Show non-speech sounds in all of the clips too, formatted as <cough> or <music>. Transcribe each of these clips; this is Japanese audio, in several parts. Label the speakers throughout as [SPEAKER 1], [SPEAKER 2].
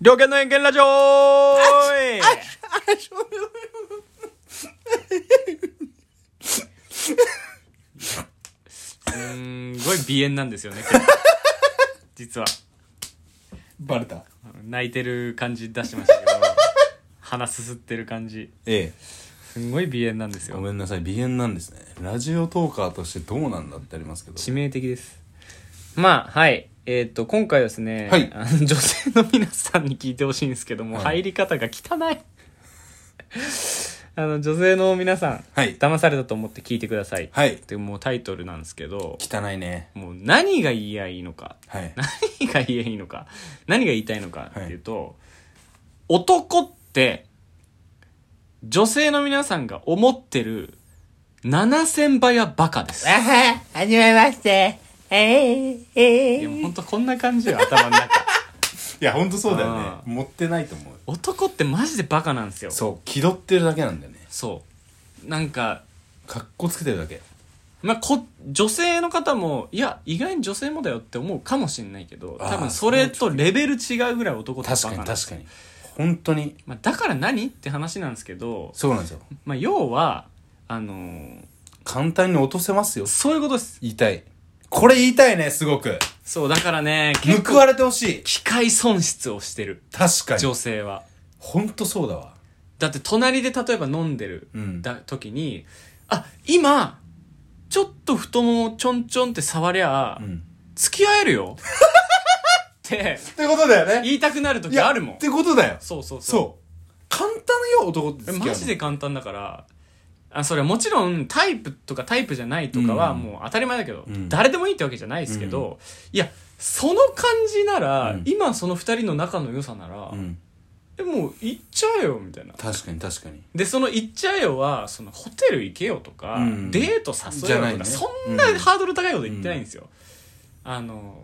[SPEAKER 1] 猟犬の遠見ラジオーいすんごい鼻炎なんですよね <laughs> 今日実は
[SPEAKER 2] バレた
[SPEAKER 1] 泣いてる感じ出してましたけど鼻すすってる感じ
[SPEAKER 2] え
[SPEAKER 1] すんごい鼻炎なんです
[SPEAKER 2] えご
[SPEAKER 1] よ
[SPEAKER 2] めんなさい鼻炎なんですねラジオトーカーとしてどうなんだってありますけど
[SPEAKER 1] 致命的ですまあはいえっ、と今回はですね、
[SPEAKER 2] はい
[SPEAKER 1] あの女性の皆さんに聞いてほしいんですけども、
[SPEAKER 2] はい
[SPEAKER 1] 入り方が汚い <laughs> あの女性の皆さん、
[SPEAKER 2] はい
[SPEAKER 1] 騙されたと思って聞いてください
[SPEAKER 2] はい
[SPEAKER 1] ってもうタイトルなんですけど
[SPEAKER 2] 汚いね
[SPEAKER 1] もう何が言いやいいのか <laughs>
[SPEAKER 2] はい
[SPEAKER 1] 何が言えいいのか何が言いたいのかっていうと、男って女性の皆さんが思ってる7000倍はバカです
[SPEAKER 3] あは、はじめまして。えー、え
[SPEAKER 1] いやもう
[SPEAKER 3] ー、
[SPEAKER 1] 本当こんな感じよ頭の中 <laughs>
[SPEAKER 2] いやほんとそうだよね
[SPEAKER 1] あー
[SPEAKER 2] 持ってないと思う
[SPEAKER 1] 男ってマジでバカなんですよそう
[SPEAKER 2] そう気取ってるだけなんだよね
[SPEAKER 1] なんか
[SPEAKER 2] かっこつけてるだけ
[SPEAKER 1] まあ、こ女性の方もいや意外に女性もだよって思うかもしれないけど
[SPEAKER 2] あー
[SPEAKER 1] 多分それとレベル違うぐらい男ってバ
[SPEAKER 2] 確
[SPEAKER 1] カ
[SPEAKER 2] かに
[SPEAKER 1] なんです
[SPEAKER 2] 確かに本当に
[SPEAKER 1] まあ、だから何って話なんですけど、
[SPEAKER 2] そうなんですよ
[SPEAKER 1] まあ、要はあのー
[SPEAKER 2] 簡単に落とせますよ
[SPEAKER 1] そういうことです
[SPEAKER 2] 言いたいこれ言いたいねすごく
[SPEAKER 1] そうだからね結
[SPEAKER 2] 報わ
[SPEAKER 1] 構
[SPEAKER 2] れてほしい
[SPEAKER 1] 機械損失をしてる
[SPEAKER 2] 確か
[SPEAKER 1] 女
[SPEAKER 2] に
[SPEAKER 1] 性は
[SPEAKER 2] ほんとそうだわ
[SPEAKER 1] だって隣で例えば飲んでる、
[SPEAKER 2] うん
[SPEAKER 1] だ時にあ今ちょっと太ももちょんちょんって触りゃ、
[SPEAKER 2] うん
[SPEAKER 1] 付き合える
[SPEAKER 2] <laughs>
[SPEAKER 1] よって
[SPEAKER 2] ってことだよね
[SPEAKER 1] 言いたくなる
[SPEAKER 2] い
[SPEAKER 1] 時
[SPEAKER 2] や
[SPEAKER 1] あるもん
[SPEAKER 2] ってことだよ
[SPEAKER 1] そうそうそう
[SPEAKER 2] そう簡単よ男って付き合うの
[SPEAKER 1] マジで簡単だからあそれはもちろんタイプとかタイプじゃないとかは
[SPEAKER 2] うん
[SPEAKER 1] もう当たり前だけど、
[SPEAKER 2] うん
[SPEAKER 1] 誰でもいいってわけじゃないですけど、いやその感じなら、
[SPEAKER 2] うん
[SPEAKER 1] 今その2人の仲の良さなら、
[SPEAKER 2] うん
[SPEAKER 1] えもう行っちゃえよみたいな
[SPEAKER 2] 確かに確かに
[SPEAKER 1] でその行っちゃえよはそのホテル行けよとか、
[SPEAKER 2] うん
[SPEAKER 1] デート誘えよと
[SPEAKER 2] じゃな
[SPEAKER 1] か、
[SPEAKER 2] いね
[SPEAKER 1] そんな
[SPEAKER 2] うん
[SPEAKER 1] ハードル高いこと言ってないんですよ、あの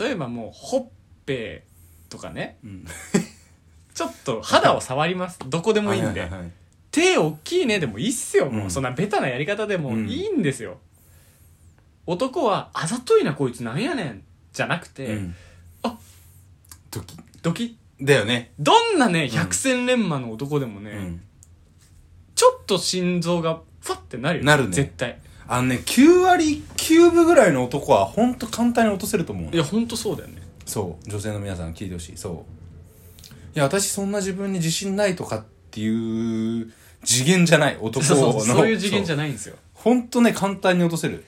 [SPEAKER 1] 例えばもうほっぺとかね
[SPEAKER 2] うん
[SPEAKER 1] <laughs> ちょっと肌を触りますどこでもいいんで、
[SPEAKER 2] はははい
[SPEAKER 1] 手大きいねでもいいっすよ、もう
[SPEAKER 2] うん
[SPEAKER 1] そんなベタなやり方でも
[SPEAKER 2] うん
[SPEAKER 1] いいんですよ、男は「あざといなこいつなんやねん」じゃなくて、
[SPEAKER 2] うん
[SPEAKER 1] あ
[SPEAKER 2] 時
[SPEAKER 1] ドキッ
[SPEAKER 2] だよね
[SPEAKER 1] どんなね百戦錬磨の男でもね、
[SPEAKER 2] うん
[SPEAKER 1] ちょっと心臓がファッてなるよ
[SPEAKER 2] なるね
[SPEAKER 1] 絶対
[SPEAKER 2] あのね9割9分ぐらいの男はほんと簡単に落とせると思うの
[SPEAKER 1] いやほんとそうだよね
[SPEAKER 2] そう女性の皆さん聞いてほしいそういや私そんな自分に自信ないとかっていう次元じゃない男
[SPEAKER 1] そう
[SPEAKER 2] の
[SPEAKER 1] そうそういう次元じゃ
[SPEAKER 2] な
[SPEAKER 1] な
[SPEAKER 2] い
[SPEAKER 1] いんですよ
[SPEAKER 2] ほんとね簡単に落とせる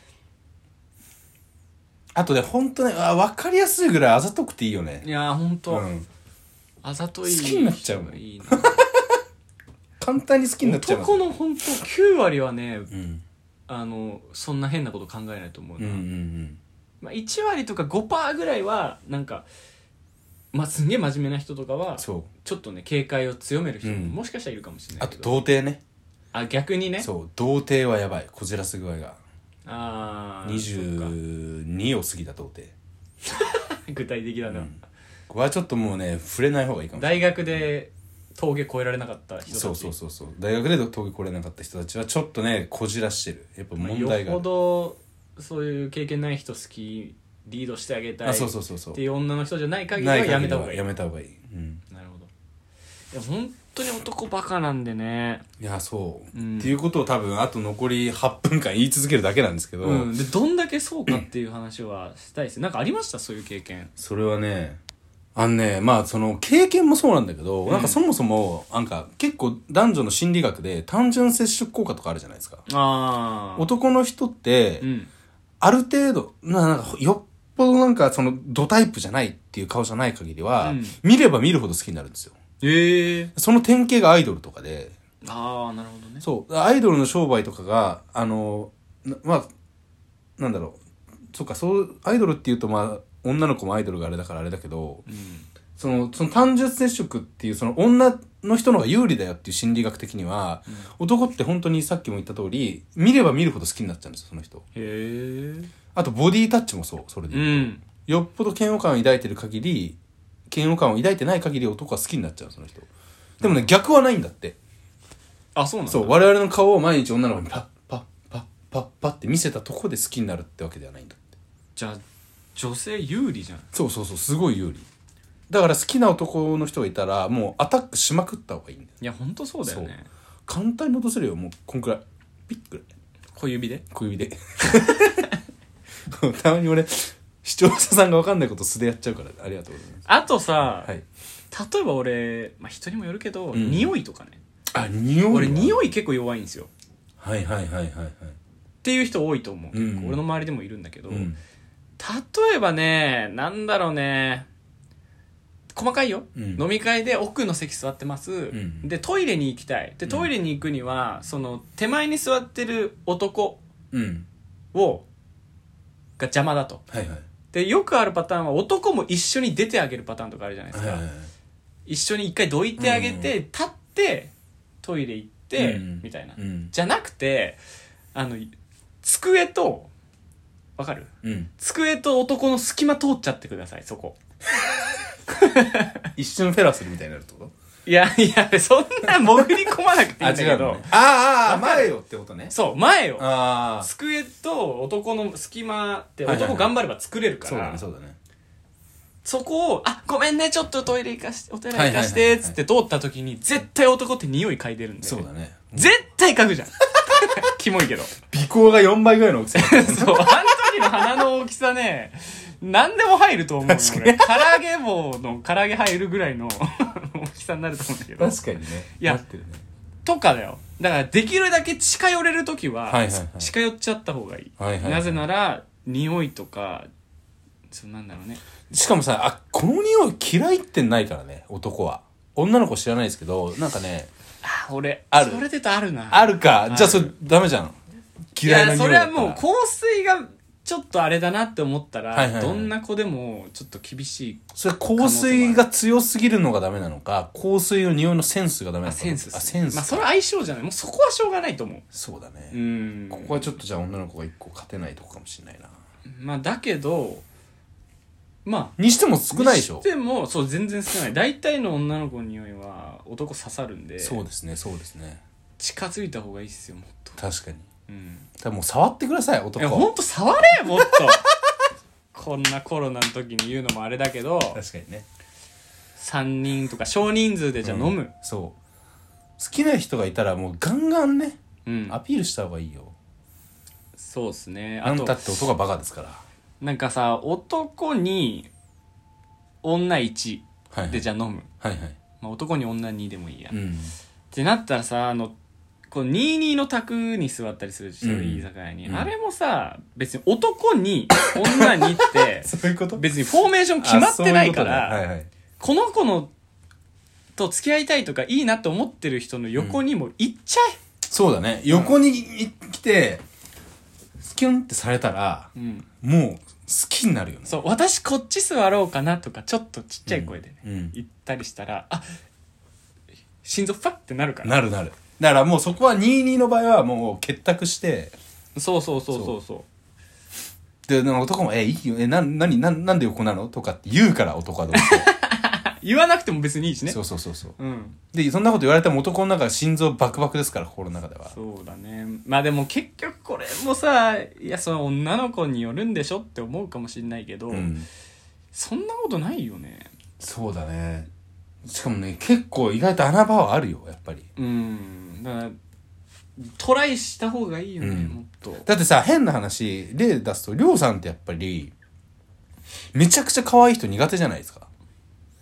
[SPEAKER 2] あとねほんとねあ分かりやすいぐらいあざとくていいよ
[SPEAKER 1] い
[SPEAKER 2] ね
[SPEAKER 1] やほん
[SPEAKER 2] う
[SPEAKER 1] と、
[SPEAKER 2] ん
[SPEAKER 1] あざとい
[SPEAKER 2] 好きになっちゃうもん
[SPEAKER 1] いいな
[SPEAKER 2] 簡単に好きになっちゃう
[SPEAKER 1] 男のほんと9割はね
[SPEAKER 2] うん
[SPEAKER 1] あのそんな変なこと考えないと思う
[SPEAKER 2] うんう
[SPEAKER 1] な、
[SPEAKER 2] んうん
[SPEAKER 1] まあ、1割とか5%ぐらいはなんか、まあ、すんげえ真面目な人とかは
[SPEAKER 2] そう
[SPEAKER 1] ちょっとね警戒を強める人も
[SPEAKER 2] うん
[SPEAKER 1] もしかしたらいるかもしれな
[SPEAKER 2] あ
[SPEAKER 1] いけ
[SPEAKER 2] と
[SPEAKER 1] ど、
[SPEAKER 2] 童貞ね
[SPEAKER 1] あ逆にね
[SPEAKER 2] そう童貞はやばいこじらす具合が
[SPEAKER 1] ああ
[SPEAKER 2] 22を過ぎた童貞
[SPEAKER 1] <laughs> 具体的だな、
[SPEAKER 2] うんこれはちょっともうね触れない方がいいかもしれない
[SPEAKER 1] 大学で峠越えられなかった人たち
[SPEAKER 2] そうそうそうそう大学で峠越れなかった人たちはちょっとねこじらしてるやっぱ
[SPEAKER 1] まあ
[SPEAKER 2] 問題があ
[SPEAKER 1] よ
[SPEAKER 2] る、
[SPEAKER 1] ほどそういう経験ない人好きリードしてあげたい
[SPEAKER 2] あそうそうそうそう
[SPEAKER 1] っていう女の人じゃない限り
[SPEAKER 2] な
[SPEAKER 1] はい
[SPEAKER 2] 限りは
[SPEAKER 1] やめた方がいい
[SPEAKER 2] やめた方がいい、うん、
[SPEAKER 1] なるほどいや本当に男バカなんでね
[SPEAKER 2] いやそう、
[SPEAKER 1] うん
[SPEAKER 2] っていうことを多分あと残り8分間言い続けるだけなんですけど、
[SPEAKER 1] うん、でどんだけそうかっていう話はしたいですなんかありましたそういう経験
[SPEAKER 2] それはねあのねまあその経験もそうなんだけど、なんかそもそもなんか結構男女の心理学で単純接触効果とかあるじゃないですか
[SPEAKER 1] ああ
[SPEAKER 2] 男の人って、
[SPEAKER 1] うん
[SPEAKER 2] ある程度、ななんかよっぽどなんかそのドタイプじゃないっていう顔じゃない限りは、
[SPEAKER 1] うん
[SPEAKER 2] 見れば見るほど好きになるんですよ。
[SPEAKER 1] ええ
[SPEAKER 2] その典型がアイドルとかで、
[SPEAKER 1] ああなるほどね
[SPEAKER 2] そう、アイドルの商売とかが、あの、なまあ、なんだろう、そっか、そう、アイドルっていうとまあ、女の子もアイドルがあれだからあれだけど、
[SPEAKER 1] うん
[SPEAKER 2] その、その単純接触っていう、その女の人の方が有利だよっていう心理学的には、男って本当にさっきも言った通り、見れば見るほど好きになっちゃうんですよ、その人。
[SPEAKER 1] へ
[SPEAKER 2] あと、ボディタッチもそう、それで
[SPEAKER 1] えう
[SPEAKER 2] 言うと
[SPEAKER 1] ん
[SPEAKER 2] よっぽど嫌悪感を抱いてる限り嫌悪感を抱いてない限り男は好きになっちゃうその人でもね、逆はないんだって
[SPEAKER 1] あそうなんだ
[SPEAKER 2] そう我々の顔を毎日女の子にパッパッパッパッパッって見せたとこで好きになるってわけではないんだって
[SPEAKER 1] じゃあ女性有利じゃん
[SPEAKER 2] そうそうそうすごい有利だから好きな男の人がいたらもうアタックしまくった方がいいんだよ
[SPEAKER 1] いや本当そうだよね
[SPEAKER 2] 簡単に落とせるよもうこんくらいピッくらい
[SPEAKER 1] 小指で
[SPEAKER 2] 小指 <laughs> でたまに俺視聴者さんが分かんないこと素でやっちゃうからありがとうございます
[SPEAKER 1] あとさ、
[SPEAKER 2] はい
[SPEAKER 1] 例えば俺、まあ、人にもよるけど、
[SPEAKER 2] ん
[SPEAKER 1] 匂いとかね
[SPEAKER 2] あ匂い
[SPEAKER 1] 俺
[SPEAKER 2] い
[SPEAKER 1] 匂い結構弱いんですよっ
[SPEAKER 2] はいはいはいはいはい
[SPEAKER 1] ていう人多いと思う、
[SPEAKER 2] うん
[SPEAKER 1] 結構俺の周りでもいるんだけど、
[SPEAKER 2] うん
[SPEAKER 1] 例えばねなんだろうね細かいよ、
[SPEAKER 2] うん
[SPEAKER 1] 飲み会で奥の席座ってます、
[SPEAKER 2] ん
[SPEAKER 1] でトイレに行きたいでトイレに行くには、その手前に座ってる男
[SPEAKER 2] うん
[SPEAKER 1] をが邪魔だと
[SPEAKER 2] はいはい
[SPEAKER 1] でよくあるパターンは男も一緒に出てあげるパターンとかあるじゃないです
[SPEAKER 2] はい
[SPEAKER 1] か、
[SPEAKER 2] はいはい
[SPEAKER 1] 一緒に一回どいてあげて、立ってトイレ行って、
[SPEAKER 2] うん
[SPEAKER 1] みたいな、
[SPEAKER 2] うん
[SPEAKER 1] じゃなくてあの机とわかる
[SPEAKER 2] うん
[SPEAKER 1] 机と男の隙間通っちゃってくださいそこ
[SPEAKER 2] 一瞬フェラするみたいになるってこと
[SPEAKER 1] いやいやそんな潜り込まなくていいんだけど、
[SPEAKER 2] ねあーあー前よってことね
[SPEAKER 1] そう前よ
[SPEAKER 2] ああ
[SPEAKER 1] 机と男の隙間って
[SPEAKER 2] はいはいはい
[SPEAKER 1] 男頑張れば作れるか
[SPEAKER 2] そうだ
[SPEAKER 1] ら
[SPEAKER 2] ねそうだね
[SPEAKER 1] そこを「あごめんねちょっとトイレ行かしてお手洗い行かして」
[SPEAKER 2] はいはいはい
[SPEAKER 1] っつって通った時に絶対男って匂い嗅いでるんで
[SPEAKER 2] そうだね
[SPEAKER 1] 絶対嗅ぐ
[SPEAKER 2] <laughs>
[SPEAKER 1] じゃんキモいけど
[SPEAKER 2] 鼻孔が4倍ぐらいの大きさ
[SPEAKER 1] そう、あの時の鼻の大きさね、何でも入ると思うよ。俺唐揚げ棒の唐揚げ入るぐらいの <laughs> 大きさになると思うんだ <laughs> けど。
[SPEAKER 2] 確かにね
[SPEAKER 1] いや
[SPEAKER 2] なってるね
[SPEAKER 1] とかだよ。だから、できるだけ近寄れる時は、
[SPEAKER 2] はいはいはい
[SPEAKER 1] 近寄っちゃった方がいい。
[SPEAKER 2] はいはいはい
[SPEAKER 1] なぜなら、匂いとか、そうなんだろうね。
[SPEAKER 2] しかもさあこの匂い嫌いってないからね男は女の子知らないですけどなんかね
[SPEAKER 1] あ、俺、
[SPEAKER 2] ある
[SPEAKER 1] それでとあるな。
[SPEAKER 2] あ
[SPEAKER 1] る。
[SPEAKER 2] るかじゃあそれダメじゃん嫌いな匂い
[SPEAKER 1] や、それ
[SPEAKER 2] だ
[SPEAKER 1] は
[SPEAKER 2] った
[SPEAKER 1] も
[SPEAKER 2] ら
[SPEAKER 1] う、香水が、ちょっとあれだなって思ったら、
[SPEAKER 2] はいはいはい
[SPEAKER 1] どんな子でもちょっと厳しい
[SPEAKER 2] それ香水が強すぎるのがダメなのか香水の匂いのセンスがダメなのか
[SPEAKER 1] センスっすね
[SPEAKER 2] あセンス
[SPEAKER 1] まあそれ
[SPEAKER 2] か
[SPEAKER 1] は相性じゃないもうそこはしょうがないと思
[SPEAKER 2] そうだね
[SPEAKER 1] ううん
[SPEAKER 2] ここはちょっとじゃあ女の子が一個勝てないとこかもしれないな
[SPEAKER 1] まあだけどまあ
[SPEAKER 2] にしても少ないでしょ
[SPEAKER 1] にてもそう全然少ない大体の女の子の匂いは男刺さるんで
[SPEAKER 2] そうですねそうですね
[SPEAKER 1] 近づいた方がいいっすよもっと、
[SPEAKER 2] 確かに
[SPEAKER 1] うん、
[SPEAKER 2] 多分もう触ってください
[SPEAKER 1] い
[SPEAKER 2] 男
[SPEAKER 1] やほんと触れもっと <laughs> こんなコロナの時に言うのもあれだけ
[SPEAKER 2] <laughs>
[SPEAKER 1] ど
[SPEAKER 2] 確かにね
[SPEAKER 1] 3人とか少人数でじゃあ飲む
[SPEAKER 2] そう好きな人がいたらもうガンガンね
[SPEAKER 1] うん、
[SPEAKER 2] アピールした方がいいよ
[SPEAKER 1] そうっすね
[SPEAKER 2] あ
[SPEAKER 1] あ
[SPEAKER 2] んた
[SPEAKER 1] と
[SPEAKER 2] って男がバカですから
[SPEAKER 1] なんかさ男に女1
[SPEAKER 2] はいはい
[SPEAKER 1] でじゃあ飲む、
[SPEAKER 2] はいはい
[SPEAKER 1] まあ、男に女2でもいいや、
[SPEAKER 2] う
[SPEAKER 1] っ
[SPEAKER 2] ん
[SPEAKER 1] てなったらさあのこう22の卓に座ったりする人いい居酒屋に、
[SPEAKER 2] うん
[SPEAKER 1] あれもさ別に男に女に
[SPEAKER 2] <laughs>
[SPEAKER 1] って
[SPEAKER 2] そういうこと
[SPEAKER 1] 別にフォーメーション決まってないからこ
[SPEAKER 2] はいはい
[SPEAKER 1] の子のと付き合いたいとかいいなと思ってる人の横にも行っちゃ
[SPEAKER 2] そうだね横にい来てスキュンってされたら
[SPEAKER 1] え、うん、
[SPEAKER 2] もう好きになるよね
[SPEAKER 1] そう私こっち座ろうかなとかちょっとちっちゃい声でね、
[SPEAKER 2] うん
[SPEAKER 1] 言ったりしたらあ心臓ファッってなるから
[SPEAKER 2] なるなるだからもうそこは22の場合はもう結託して
[SPEAKER 1] そうそうそうそうそう
[SPEAKER 2] ででも男も「えいいよえな何ななんで横なの?」とかって言うから男はどうせ
[SPEAKER 1] あ言わなくても別にいいし <laughs> ね
[SPEAKER 2] そうそうそうそう
[SPEAKER 1] うん
[SPEAKER 2] でそんなこと言われても男の中は心臓バクバクですから心の中では
[SPEAKER 1] そうだねまあでも結局これもさいやその女の子によるんでしょって思うかもしれないけど、
[SPEAKER 2] うん
[SPEAKER 1] そんなことないよね
[SPEAKER 2] そうだねしかもね結構意外と穴場はあるよやっぱり
[SPEAKER 1] うんだからトライした方がいいよね、
[SPEAKER 2] うん
[SPEAKER 1] もっと
[SPEAKER 2] だってさ変な話例出すとりょうさんってやっぱりめちゃくちゃ可愛い人苦手じゃないですか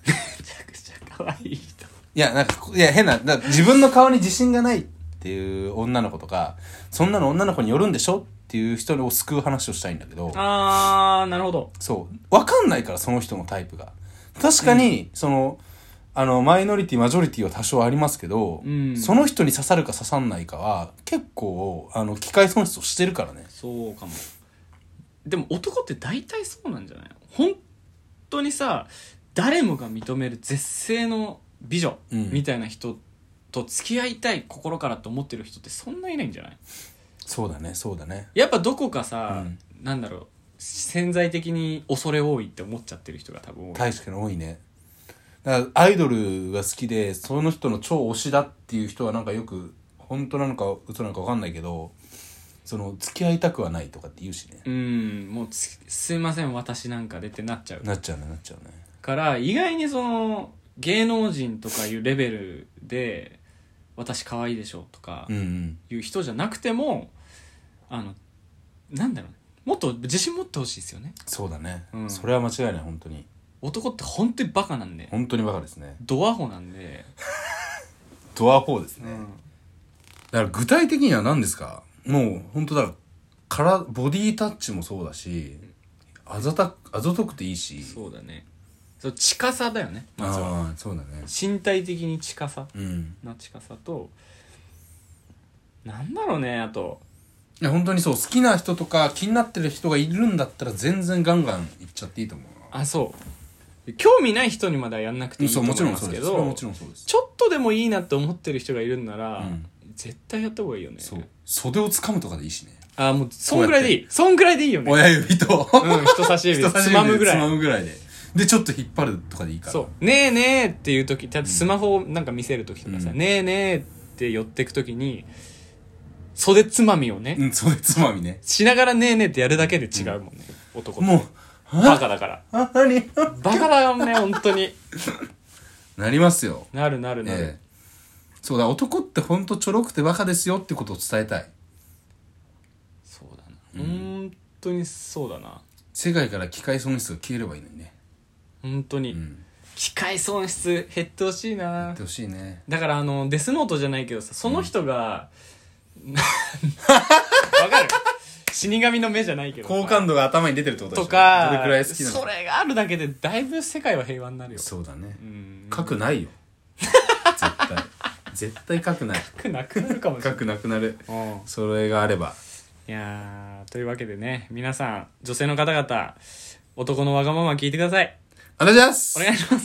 [SPEAKER 1] めちゃくちゃ可愛い人
[SPEAKER 2] いや、なんか、いや、変な、だ自分の顔に自信がないっていう女の子とか、そんなの女の子によるんでしょっていう人を救う話をしたいんだけど、
[SPEAKER 1] あーなるほど
[SPEAKER 2] そう、わかんないから、その人のタイプが。確かに、その、あの、マイノリティ、マジョリティは多少ありますけど、
[SPEAKER 1] うん
[SPEAKER 2] その人に刺さるか刺さんないかは、結構、あの、機械損失をしてるからね。
[SPEAKER 1] そうかもでも男って大体そうなんじゃない本当にさ誰もが認める絶世の美女
[SPEAKER 2] うん
[SPEAKER 1] みたいな人と付き合いたい心からと思ってる人ってそんないないんじゃない
[SPEAKER 2] そうだね、そうだね。
[SPEAKER 1] やっぱどこかさ、
[SPEAKER 2] うん
[SPEAKER 1] なんだろう潜在的に恐れ多いって思っちゃってる人が多分多い
[SPEAKER 2] 確かに多いねだからアイドルが好きでその人の超推しだっていう人はなんかよく本当なのか嘘なのか分かんないけどその付き合いたくはないとかって言うしね
[SPEAKER 1] うんもうつすいません私なんかでってなっちゃう
[SPEAKER 2] なっちゃうねなっちゃうね
[SPEAKER 1] から意外にその芸能人とかいうレベルで「私可愛いでしょ」とか
[SPEAKER 2] うんうん
[SPEAKER 1] いう人じゃなくてもあのなんだろうもっと自信持ってほしいですよね
[SPEAKER 2] そうだね、
[SPEAKER 1] うん
[SPEAKER 2] それは間違いない本当に
[SPEAKER 1] 男って本当にバカなんで
[SPEAKER 2] 本当にバカですね
[SPEAKER 1] ドアホなんで、
[SPEAKER 2] ドア4です
[SPEAKER 1] う
[SPEAKER 2] ね、
[SPEAKER 1] ん
[SPEAKER 2] だから具体的には何ですかもう本当だからボディタッチもそうだしあざたあざとくていいし
[SPEAKER 1] そうだねそう近さだよねまずは
[SPEAKER 2] ああそうだね
[SPEAKER 1] 身体的に近さ
[SPEAKER 2] うん
[SPEAKER 1] な近さとなんだろうねあと
[SPEAKER 2] いや本当にそう好きな人とか気になってる人がいるんだったら全然ガンガンいっちゃっていいと思うな
[SPEAKER 1] あそう興味ない人にまだやんなくていいと
[SPEAKER 2] そう
[SPEAKER 1] 思
[SPEAKER 2] も
[SPEAKER 1] い
[SPEAKER 2] ちろん
[SPEAKER 1] ま
[SPEAKER 2] そ
[SPEAKER 1] す
[SPEAKER 2] う
[SPEAKER 1] け
[SPEAKER 2] ですそれはも
[SPEAKER 1] ど
[SPEAKER 2] ちろんそうです
[SPEAKER 1] ちょっとでもいいなって思ってる人がいるんなら、
[SPEAKER 2] うん
[SPEAKER 1] 絶対やった方がいいよね
[SPEAKER 2] そう袖を掴むとかでいいしね
[SPEAKER 1] あもうそんぐらいでいいそんぐらいでいいよね
[SPEAKER 2] 親指と
[SPEAKER 1] うん人差し指
[SPEAKER 2] <laughs> 人差し
[SPEAKER 1] つ
[SPEAKER 2] 指で
[SPEAKER 1] まむぐらい
[SPEAKER 2] つまむぐらいででちょっと引っ張るとかでいいから
[SPEAKER 1] そう「ねえねえ」っていう時だってスマホをなんか見せる時とかさ「
[SPEAKER 2] うん
[SPEAKER 1] ねえねえ」って寄ってく時に袖つまみをね、
[SPEAKER 2] うん袖つまみね
[SPEAKER 1] しながら「ねえねえ」ってやるだけで違うもんね、男って
[SPEAKER 2] もう
[SPEAKER 1] バカだから
[SPEAKER 2] あ何 <laughs>
[SPEAKER 1] バカだよね本当に
[SPEAKER 2] なりますよ
[SPEAKER 1] なるなるなる、
[SPEAKER 2] ええそうだ男ってほんとちょろくてバカですよってことを伝えたい
[SPEAKER 1] そうだな、本当にそうだな
[SPEAKER 2] 世界から機械損失が消えればいいのにね
[SPEAKER 1] 本当に、
[SPEAKER 2] うん
[SPEAKER 1] 機械損失減ってほしい
[SPEAKER 2] や
[SPEAKER 1] な
[SPEAKER 2] ってほしいね
[SPEAKER 1] だからあのデスノートじゃないけどさその
[SPEAKER 2] <laughs>
[SPEAKER 1] 人が、わかる死神の目じゃないけどさ
[SPEAKER 2] 度が頭に出てるってこと
[SPEAKER 1] とか
[SPEAKER 2] どれくらい好きなの
[SPEAKER 1] それがあるだけでだいぶ世界は平和になるよ
[SPEAKER 2] そうだね
[SPEAKER 1] うん
[SPEAKER 2] 書くないよ絶対絶対書くない
[SPEAKER 1] 書くなくなるかもしれ
[SPEAKER 2] 書
[SPEAKER 1] ない
[SPEAKER 2] くなくなる
[SPEAKER 1] <laughs> うん
[SPEAKER 2] それがあれば
[SPEAKER 1] いやーというわけでね皆さん女性の方々男のわがまま聞いてください
[SPEAKER 2] ありがとうございます
[SPEAKER 1] お願いします